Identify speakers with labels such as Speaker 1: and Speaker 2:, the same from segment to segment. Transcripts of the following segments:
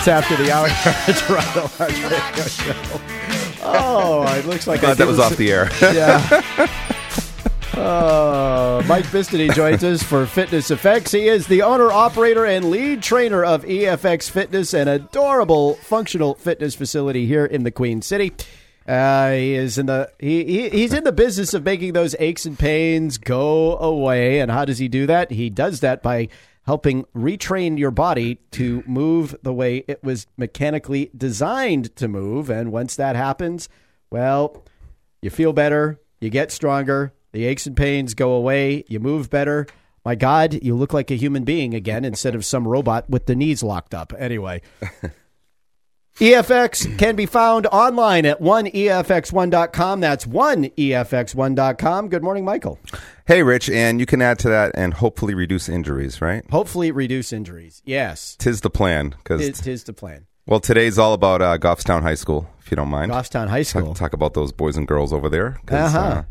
Speaker 1: It's after the hour of Toronto Hearts Radio Show. Oh, it looks like I
Speaker 2: Glad that
Speaker 1: did
Speaker 2: was
Speaker 1: this-
Speaker 2: off the air.
Speaker 1: Yeah. Uh, Mike Bistany joins us for Fitness Effects. He is the owner, operator, and lead trainer of EFX Fitness, an adorable functional fitness facility here in the Queen City. Uh, he is in the he, he he's in the business of making those aches and pains go away. And how does he do that? He does that by helping retrain your body to move the way it was mechanically designed to move. And once that happens, well, you feel better, you get stronger, the aches and pains go away, you move better. My God, you look like a human being again instead of some robot with the knees locked up. Anyway, EFX can be found online at E 1EFX1.com. That's E 1EFX1.com. Good morning, Michael.
Speaker 2: hey, Rich, and you can add to that and hopefully reduce injuries, right?
Speaker 1: Hopefully, reduce injuries. Yes,
Speaker 2: Tis the plan, because
Speaker 1: it is the plan.
Speaker 2: well, today's all about uh, Goffstown High School, if you don't mind.
Speaker 1: Goffstown High School.
Speaker 2: Talk, talk about those boys and girls over there. 'cause,
Speaker 1: Uh-huh.
Speaker 2: uh,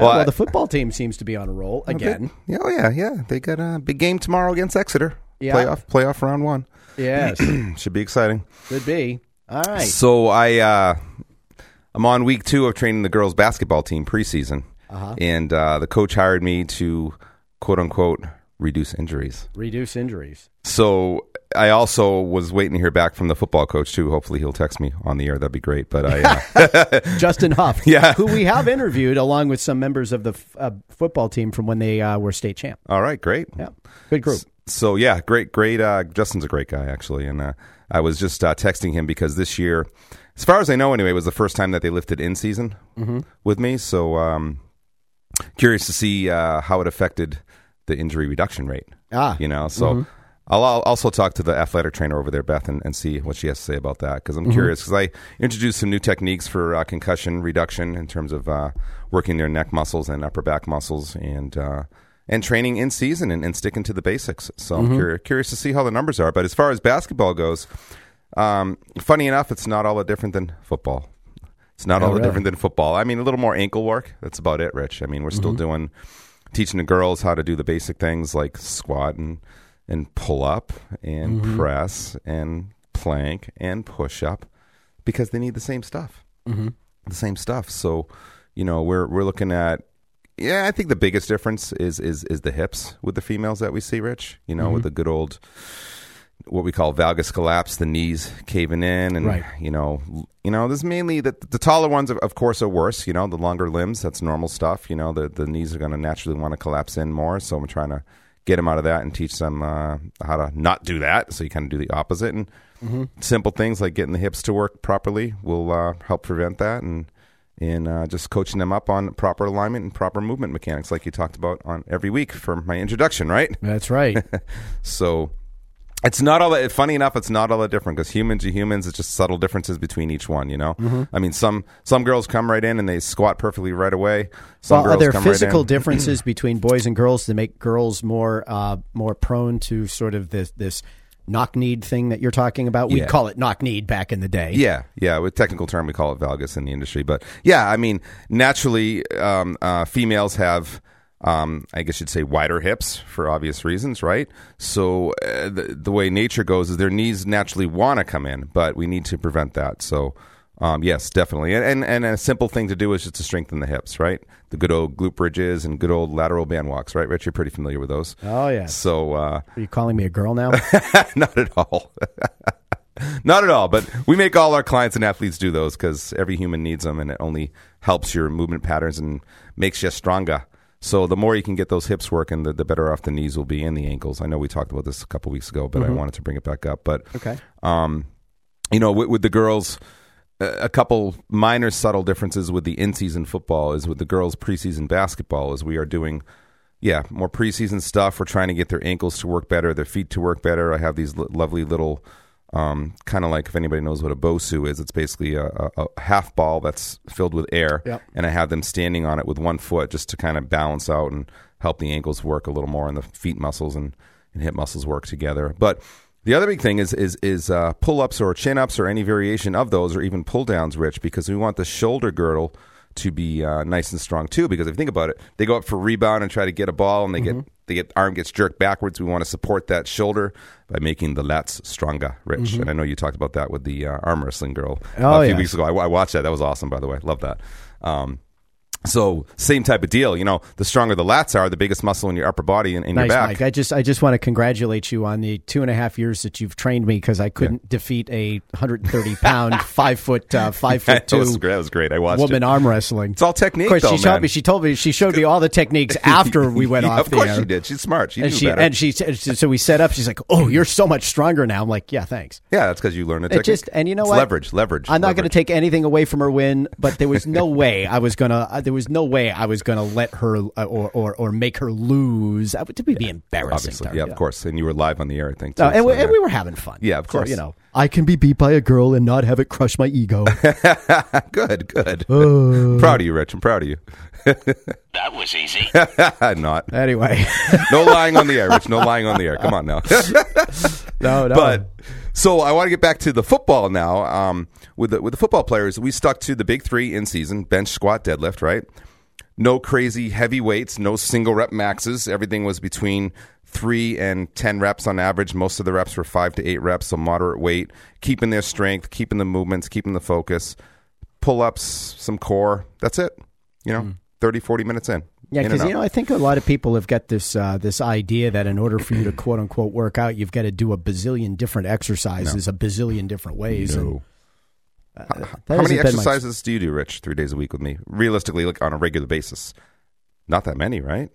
Speaker 1: Uh,
Speaker 2: well,
Speaker 1: well,
Speaker 2: I-
Speaker 1: the football team seems to be on a roll again.
Speaker 2: yeah, oh, yeah, yeah. They got a big game tomorrow against Exeter.
Speaker 1: Yeah.
Speaker 2: Playoff, playoff round one.
Speaker 1: Yes,
Speaker 2: Should be exciting.
Speaker 1: could be. All right.
Speaker 2: So I, uh, I'm on week two of training the girls basketball team preseason, and uh, the coach hired me to quote unquote reduce injuries.
Speaker 1: Reduce injuries.
Speaker 2: So I also was waiting to hear back from the football coach too. Hopefully he'll text me on the air. That'd be great. But I, uh,
Speaker 1: Justin Huff,
Speaker 2: Yeah.
Speaker 1: who we have interviewed along with some members of the f- uh, football team from when they uh, were state champ.
Speaker 2: all right, great.
Speaker 1: Yeah, good group.
Speaker 2: So yeah, great, great. Uh, Justin's a great guy actually, and uh, I was just uh, texting him because this year, as far as I know, anyway, was the first time that they lifted in season with me. So um, curious to see uh, how it affected the injury reduction rate.
Speaker 1: Ah.
Speaker 2: you know, so. I'll, I'll also talk to the athletic trainer over there, Beth, and, and see what she has to say about that because I'm curious. Because I introduced some new techniques for uh, concussion reduction in terms of uh, working their neck muscles and upper back muscles, and uh, and training in season and, and sticking to the basics. So I'm curi- curious to see how the numbers are. But as far as basketball goes, um, funny enough, it's not all that different than football. It's not all that
Speaker 1: really?
Speaker 2: different than football. I mean, a little more ankle work. That's about it, Rich. I mean, we're still doing teaching the girls how to do the basic things like squat and and pull up and press and plank and push up because they need the same stuff. The same stuff. So, you know, we're we're looking at yeah, I think the biggest difference is is is the hips with the females that we see, Rich. You know, with the good old what we call valgus collapse, the knees caving in, and
Speaker 1: Right.
Speaker 2: you know, l- you know, this is mainly the the taller ones, of- of course, are worse. You know, the longer limbs, that's normal stuff. You know, the the knees are going to naturally want to collapse in more. So I'm trying to get them out of that and teach them uh, how to not do that. So you kind of do the opposite, and simple things like getting the hips to work properly will uh, help prevent that, and and uh, just coaching them up on proper alignment and proper movement mechanics, like you talked about on every week for my introduction, right?
Speaker 1: That's right.
Speaker 2: So it's not all that funny enough it's not all that different because humans are humans it's just subtle differences between each one you know
Speaker 1: Mm-hmm.
Speaker 2: i mean some some girls come right in and they squat perfectly right away some
Speaker 1: well, are
Speaker 2: girls
Speaker 1: there
Speaker 2: come
Speaker 1: physical
Speaker 2: right in
Speaker 1: differences between boys and girls that make girls more uh, more prone to sort of this this knock kneed thing that you're talking about? We'd
Speaker 2: Yeah.
Speaker 1: call it knock kneed back in the day.
Speaker 2: yeah yeah with technical term we call it valgus in the industry but yeah i mean naturally um, uh, females have um, I guess you'd say wider hips for obvious reasons, right? So uh, the, the way nature goes is their knees naturally want to come in, but we need to prevent that. So Um, yes, definitely. And, and and a simple thing to do is just to strengthen the hips, right? The good old glute bridges and good old lateral band walks, right, Rich? You're pretty familiar with those.
Speaker 1: Oh, yeah.
Speaker 2: So uh,
Speaker 1: Are you calling me a girl now?
Speaker 2: not at all. not at all. But we make all our clients and athletes do those because every human needs them, and it only helps your movement patterns and makes you stronger. So the more you can get those hips working, the, the better off the knees will be and the ankles. I know we talked about this a couple weeks ago, but I wanted to bring it back up. But
Speaker 1: okay.
Speaker 2: Um, you know, with, with the girls, uh, a couple minor subtle differences with the in-season football is with the girls' preseason basketball is we are doing, yeah, more preseason stuff. We're trying to get their ankles to work better, their feet to work better. I have these l- lovely little, um, kind of like if anybody knows what a bosu is, it's basically a, a, a half ball that's filled with air,
Speaker 1: Yep.
Speaker 2: and I have them standing on it with one foot just to kind of balance out and help the ankles work a little more and the feet muscles and, and hip muscles work together. But the other big thing is is is uh, pull ups or chin ups or any variation of those or even pull downs, Rich, because we want the shoulder girdle to be uh, nice and strong too. Because if you think about it, they go up for rebound and try to get a ball, and they get they get arm gets jerked backwards. We want to support that shoulder by making the lats stronger, Rich. And I know you talked about that with the uh, arm wrestling girl
Speaker 1: Oh,
Speaker 2: a few
Speaker 1: yeah.
Speaker 2: weeks ago. I, I watched that. That was awesome, by the way. Love that. Um, so same type of deal. You know, the stronger the lats are, the biggest muscle in your upper body and in your
Speaker 1: Nice,
Speaker 2: back.
Speaker 1: Mike. I just I just want to congratulate you on the two and a half years that you've trained me because I couldn't defeat a 130 pound five foot uh, five foot
Speaker 2: that, was,
Speaker 1: two
Speaker 2: great. that was great. I watched it.
Speaker 1: woman arm wrestling.
Speaker 2: It's all technique,
Speaker 1: Of course,
Speaker 2: though,
Speaker 1: she taught
Speaker 2: man.
Speaker 1: me. She told me. She showed me all the techniques after we went
Speaker 2: Yeah,
Speaker 1: off.
Speaker 2: Of course
Speaker 1: the air.
Speaker 2: she did. She's smart. She
Speaker 1: And
Speaker 2: knew
Speaker 1: she
Speaker 2: better.
Speaker 1: and she said so. We set up. She's like, "Oh, you're so much stronger now." I'm like, "Yeah, thanks."
Speaker 2: yeah, that's because you learned a technique.
Speaker 1: just- and you know
Speaker 2: It's
Speaker 1: what?
Speaker 2: Leverage, leverage.
Speaker 1: I'm not going to
Speaker 2: leverage.
Speaker 1: take anything away from her win, but there was no way I was gonna. Uh, there was no way I was gonna let her uh, or or, or make her lose. I would to be embarrassing. to
Speaker 2: Obviously,
Speaker 1: her,
Speaker 2: yeah, of course. And you were live on the air, I think. Too,
Speaker 1: No, and, we,
Speaker 2: so,
Speaker 1: and
Speaker 2: yeah.
Speaker 1: we were having fun.
Speaker 2: Yeah, of
Speaker 1: So,
Speaker 2: course.
Speaker 1: you know, I can be beat by a girl and not have it crush my ego.
Speaker 2: good, good.
Speaker 1: Uh.
Speaker 2: proud of you, Rich. I'm proud of you.
Speaker 3: That was easy.
Speaker 2: I'm not.
Speaker 1: anyway,
Speaker 2: No lying on the air, Rich. No lying on the air. Come on now.
Speaker 1: no, no.
Speaker 2: but so I want to get back to the football now. Um, with the with the football players, we stuck to the big three in season: bench, squat, deadlift. Right? No crazy heavy weights, no single rep maxes. Everything was between three and ten reps on average. Most of the reps were five to eight reps, so moderate weight, keeping their strength, keeping the movements, keeping the focus. Pull ups, some core. That's it. You know, thirty, forty 30, 40 minutes in.
Speaker 1: yeah,
Speaker 2: In and
Speaker 1: because
Speaker 2: out.
Speaker 1: you know, I think a lot of people have got this uh, this idea that in order for you to quote unquote work out, you've got to do a bazillion different exercises, a bazillion different ways. and that
Speaker 2: How many
Speaker 1: hasn't been my-
Speaker 2: exercises do you do, Rich, three days a week with me? Realistically, like on a regular basis? Not that many, right?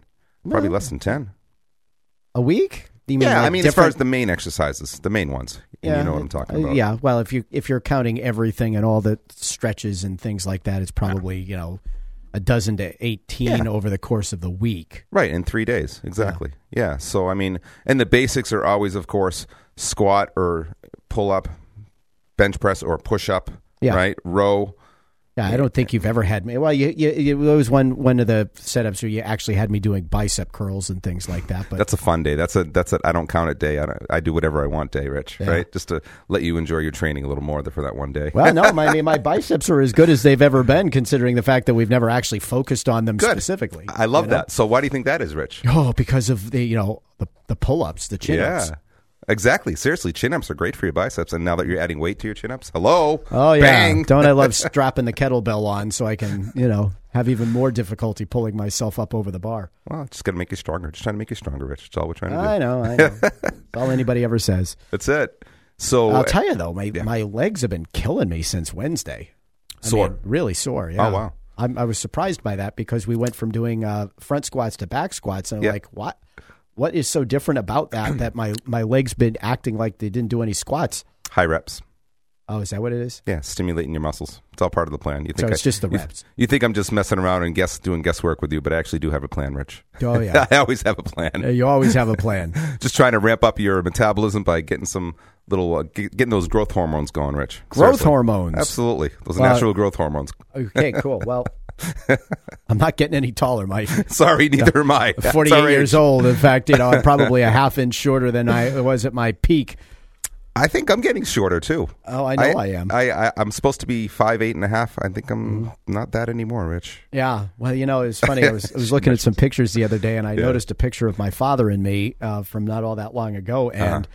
Speaker 2: Probably less than 10.
Speaker 1: a week? You
Speaker 2: yeah,
Speaker 1: like
Speaker 2: I mean, as far
Speaker 1: different-
Speaker 2: as the main exercises, the main ones. Yeah, you know what I'm talking
Speaker 1: uh,
Speaker 2: about.
Speaker 1: Yeah, well, if you if you're counting everything and all the stretches and things like that, it's probably you know a dozen to eighteen over the course of the week.
Speaker 2: Right, in three days. Exactly. Yeah. So, I mean, and the basics are always, of course, squat or pull up, bench press or push up,
Speaker 1: Yeah.
Speaker 2: right? Row.
Speaker 1: Yeah, I don't think you've ever had me. Well, you, you, you it was one one of the setups where you actually had me doing bicep curls and things like that. But
Speaker 2: That's a fun day. That's a that's a I don't count it day. I, don't, I do whatever I want day, Rich. Right, just to let you enjoy your training a little more for that one day.
Speaker 1: well, no, my I mean, my biceps are as good as they've ever been, considering the fact that we've never actually focused on them specifically.
Speaker 2: I love that. So why do you think that is, Rich?
Speaker 1: Oh, because of the you know the the pull ups, the chin ups.
Speaker 2: Yeah. Exactly. Seriously, chin ups are great for your biceps. And now that you're adding weight to your chin ups, hello.
Speaker 1: Oh yeah,
Speaker 2: Bang.
Speaker 1: don't I love strapping the kettlebell on so I can you know have even more difficulty pulling myself up over the bar.
Speaker 2: Well, it's just going to make you stronger. Just trying to make you stronger, Rich. That's all we're trying to
Speaker 1: I
Speaker 2: do.
Speaker 1: know, I know. That's all anybody ever says.
Speaker 2: That's it. So,
Speaker 1: I'll tell you though, my my legs have been killing me since Wednesday. I
Speaker 2: Sore.
Speaker 1: mean, really sore. Yeah.
Speaker 2: Oh, wow.
Speaker 1: I'm, I was surprised by that because we went from doing uh, front squats to back squats, and I'm
Speaker 2: Yeah.
Speaker 1: like, what? What is so different about that that my my legs been acting like they didn't do any squats?
Speaker 2: high reps.
Speaker 1: Oh, is that what it is?
Speaker 2: Yeah, stimulating your muscles. It's all part of the plan. You think
Speaker 1: it's just the
Speaker 2: you-
Speaker 1: reps.
Speaker 2: You, think I'm just messing around and guess doing guesswork with you, but I actually do have a plan, Rich.
Speaker 1: Oh, yeah.
Speaker 2: I always have a plan.
Speaker 1: Uh, You always have a plan.
Speaker 2: Just trying to ramp up your metabolism by getting some little uh, g- getting those growth hormones going, Rich.
Speaker 1: Growth
Speaker 2: Seriously.
Speaker 1: hormones.
Speaker 2: Absolutely. Those
Speaker 1: Well,
Speaker 2: natural growth hormones.
Speaker 1: Okay, cool. Well, I'm not getting any taller, Mike.
Speaker 2: Sorry, neither am I.
Speaker 1: 48 years old. In fact, you know, I'm probably a half inch shorter than I was at my peak.
Speaker 2: I think I'm getting shorter too.
Speaker 1: Oh, I know I am.
Speaker 2: I, I I'm supposed to be five eight and a half. I think I'm
Speaker 1: Mm-hmm.
Speaker 2: not that anymore, Rich.
Speaker 1: Yeah. Well, you know, it's funny. I was, I was looking at some pictures the other day and I noticed a picture of my father and me uh, from not all that long ago. And,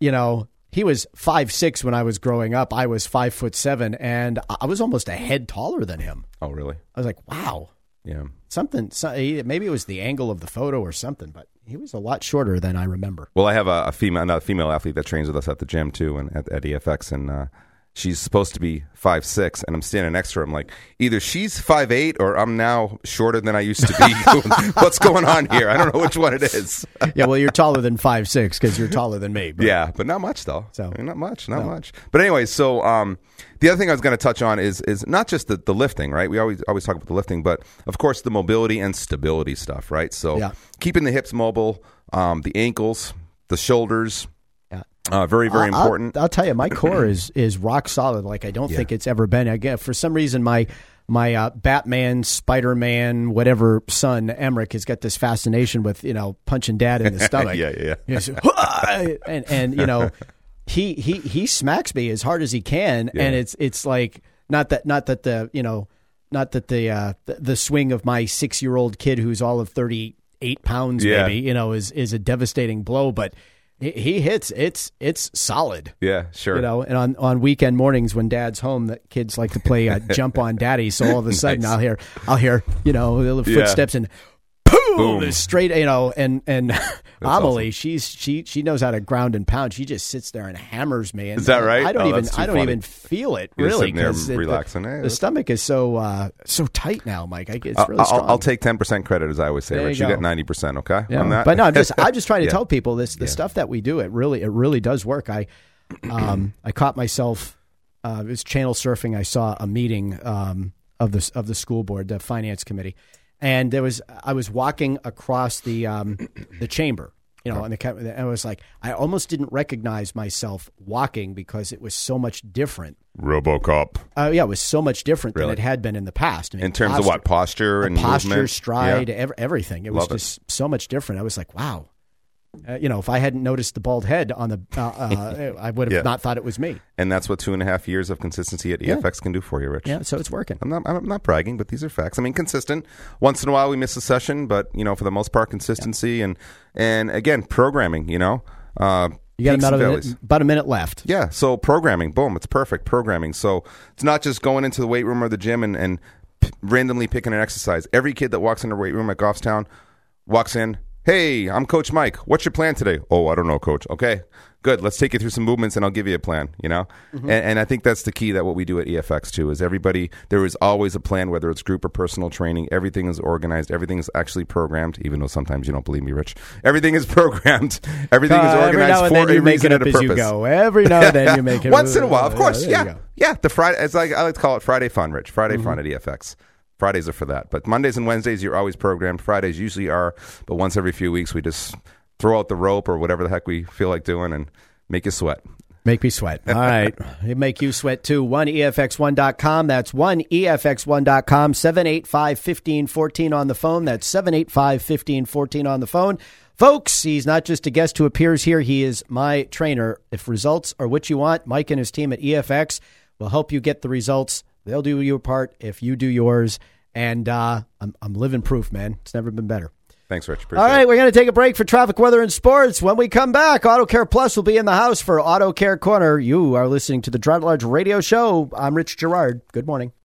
Speaker 1: you know, he was five six when I was growing up. I was five foot seven, and I- I was almost a head taller than him.
Speaker 2: Oh, really?
Speaker 1: I was like, wow,
Speaker 2: Yeah.
Speaker 1: something. So, he- maybe it was the angle of the photo or something, but he was a lot shorter than I remember.
Speaker 2: Well, I have a, a female another female athlete that trains with us at the gym too, and at, at EFX, and uh, she's supposed to be five six, and I'm standing next to her. I'm like, either she's five eight or I'm now shorter than I used to be. What's going on here? I don't know which one it is.
Speaker 1: yeah, well, you're taller than five six because you're taller than me. But
Speaker 2: Yeah, but not much though.
Speaker 1: So-
Speaker 2: So not much, not much. But anyway, so um, the other thing I was going to touch on is is not just the, the lifting, right? We always always talk about the lifting, but of course the mobility and stability stuff, right? So
Speaker 1: Yeah.
Speaker 2: keeping the hips mobile, um, the ankles, the shoulders,
Speaker 1: Yeah.
Speaker 2: uh, very very
Speaker 1: I'll-
Speaker 2: important.
Speaker 1: I'll, tell you, my core is is rock solid. Like I don't think it's ever been. Again, for some reason, my my uh, Batman, Spider Man, whatever son Emmerich has got this fascination with you know punching dad in the stomach.
Speaker 2: Yeah, yeah, yeah.
Speaker 1: You know, so, "Hua!" and and you know he he he smacks me as hard as he can, and it's it's like not that not that the you know not that the uh, th- the swing of my six year old kid who's all of thirty eight pounds
Speaker 2: Yeah.
Speaker 1: maybe you know is is a devastating blow, but he, he hits it's it's solid.
Speaker 2: Yeah, sure.
Speaker 1: You know, and on, on weekend mornings when dad's home, that kids like to play uh, jump on daddy. So all of a sudden, I'll hear, I'll hear, you know, the little
Speaker 2: Yeah.
Speaker 1: footsteps and boom,
Speaker 2: Boom.
Speaker 1: straight, you know, and and Amelie,
Speaker 2: awesome.
Speaker 1: she's she she knows how to ground and pound. She just sits there and hammers me. And
Speaker 2: Is that right?
Speaker 1: I don't
Speaker 2: Oh,
Speaker 1: even
Speaker 2: that's too
Speaker 1: I don't
Speaker 2: funny.
Speaker 1: even feel it
Speaker 2: You're
Speaker 1: really
Speaker 2: sitting there
Speaker 1: it- the-
Speaker 2: relaxing. Hey,
Speaker 1: The,
Speaker 2: that's-
Speaker 1: stomach is so uh, so tight now, Mike. I, it's
Speaker 2: I'll-
Speaker 1: really
Speaker 2: I'll,
Speaker 1: strong.
Speaker 2: I'll take ten percent credit, as I always say,
Speaker 1: There you
Speaker 2: Rich. You,
Speaker 1: go.
Speaker 2: got ninety percent, okay?
Speaker 1: Yeah.
Speaker 2: On that?
Speaker 1: But no, I'm just I'm just trying to
Speaker 2: Yeah.
Speaker 1: tell people this the stuff that we do. It really it really does work. I um I caught myself uh, it was channel surfing. I saw a meeting um of the of the school board, the finance committee, and there was I was walking across the um the chamber. You know, and, the, ca- and I was like, I almost didn't recognize myself walking because it was so much different.
Speaker 2: RoboCop
Speaker 1: Uh, yeah, it was so much different
Speaker 2: Really?
Speaker 1: than it had been in the past. I mean,
Speaker 2: in terms of what posture and
Speaker 1: posture,
Speaker 2: movement?
Speaker 1: stride,
Speaker 2: Yeah.
Speaker 1: ev- everything. It
Speaker 2: Love it.
Speaker 1: was just so much different. I was like, wow. Uh, you know, if I hadn't noticed the bald head on the, uh, uh, I would have
Speaker 2: Yeah.
Speaker 1: not thought it was me.
Speaker 2: and that's what two and a half years of consistency at EFX can do for you, Rich.
Speaker 1: Yeah, so it's working.
Speaker 2: I'm not. I'm not bragging, but these are facts. I mean, consistent. Once in a while, we miss a session, but you know, for the most part, consistency and and again, programming. You know, uh,
Speaker 1: You got
Speaker 2: peaks
Speaker 1: about a, minute,
Speaker 2: and valleys.
Speaker 1: about a minute left.
Speaker 2: Yeah. So programming, boom, it's perfect programming. So it's not just going into the weight room or the gym and, and p- randomly picking an exercise. Every kid that walks into a weight room at Goffstown walks in. Hey, I'm Coach Mike. What's your plan today? Oh, I don't know, Coach. Okay, good. Let's take you through some movements, and I'll give you a plan. You know,
Speaker 1: Mm-hmm.
Speaker 2: and, and I think that's the key that what we do at EFX too is everybody. There is always a plan, whether it's group or personal training. Everything is organized. Everything is actually programmed. Even though sometimes you don't believe me, Rich. Everything is programmed. Everything is
Speaker 1: Uh,
Speaker 2: organized
Speaker 1: every now and
Speaker 2: for
Speaker 1: then
Speaker 2: a
Speaker 1: you make
Speaker 2: reason
Speaker 1: it up
Speaker 2: and a
Speaker 1: as you
Speaker 2: purpose.
Speaker 1: go. Every now and then you make it Uh,
Speaker 2: Once in a while, of course.
Speaker 1: there you
Speaker 2: Yeah,
Speaker 1: go. Mm-hmm.
Speaker 2: yeah. The Friday, it's like I like to call it Friday fun, Rich. Friday fun at EFX. Fridays are for that, but Mondays and Wednesdays you're always programmed. Fridays usually are, but once every few weeks we just throw out the rope or whatever the heck we feel like doing and make you sweat.
Speaker 1: Make me sweat. All right. It make you sweat too. E 1EFX1.com. That's E 1EFX1.com. 785 1514 on the phone. That's 785 1514 on the phone. Folks, he's not just a guest who appears here, he is my trainer. If results are what you want, Mike and his team at EFX will help you get the results. They'll do your part if you do yours. And uh, I'm, I'm living proof, man. It's never been better.
Speaker 2: Thanks, Rich. Appreciate
Speaker 1: All
Speaker 2: it.
Speaker 1: right, we're going to take a break for traffic, weather, and sports. When we come back, Auto Care Plus will be in the house for Auto Care Corner. You are listening to the Drought Large Radio Show. I'm Rich Gerard. Good morning.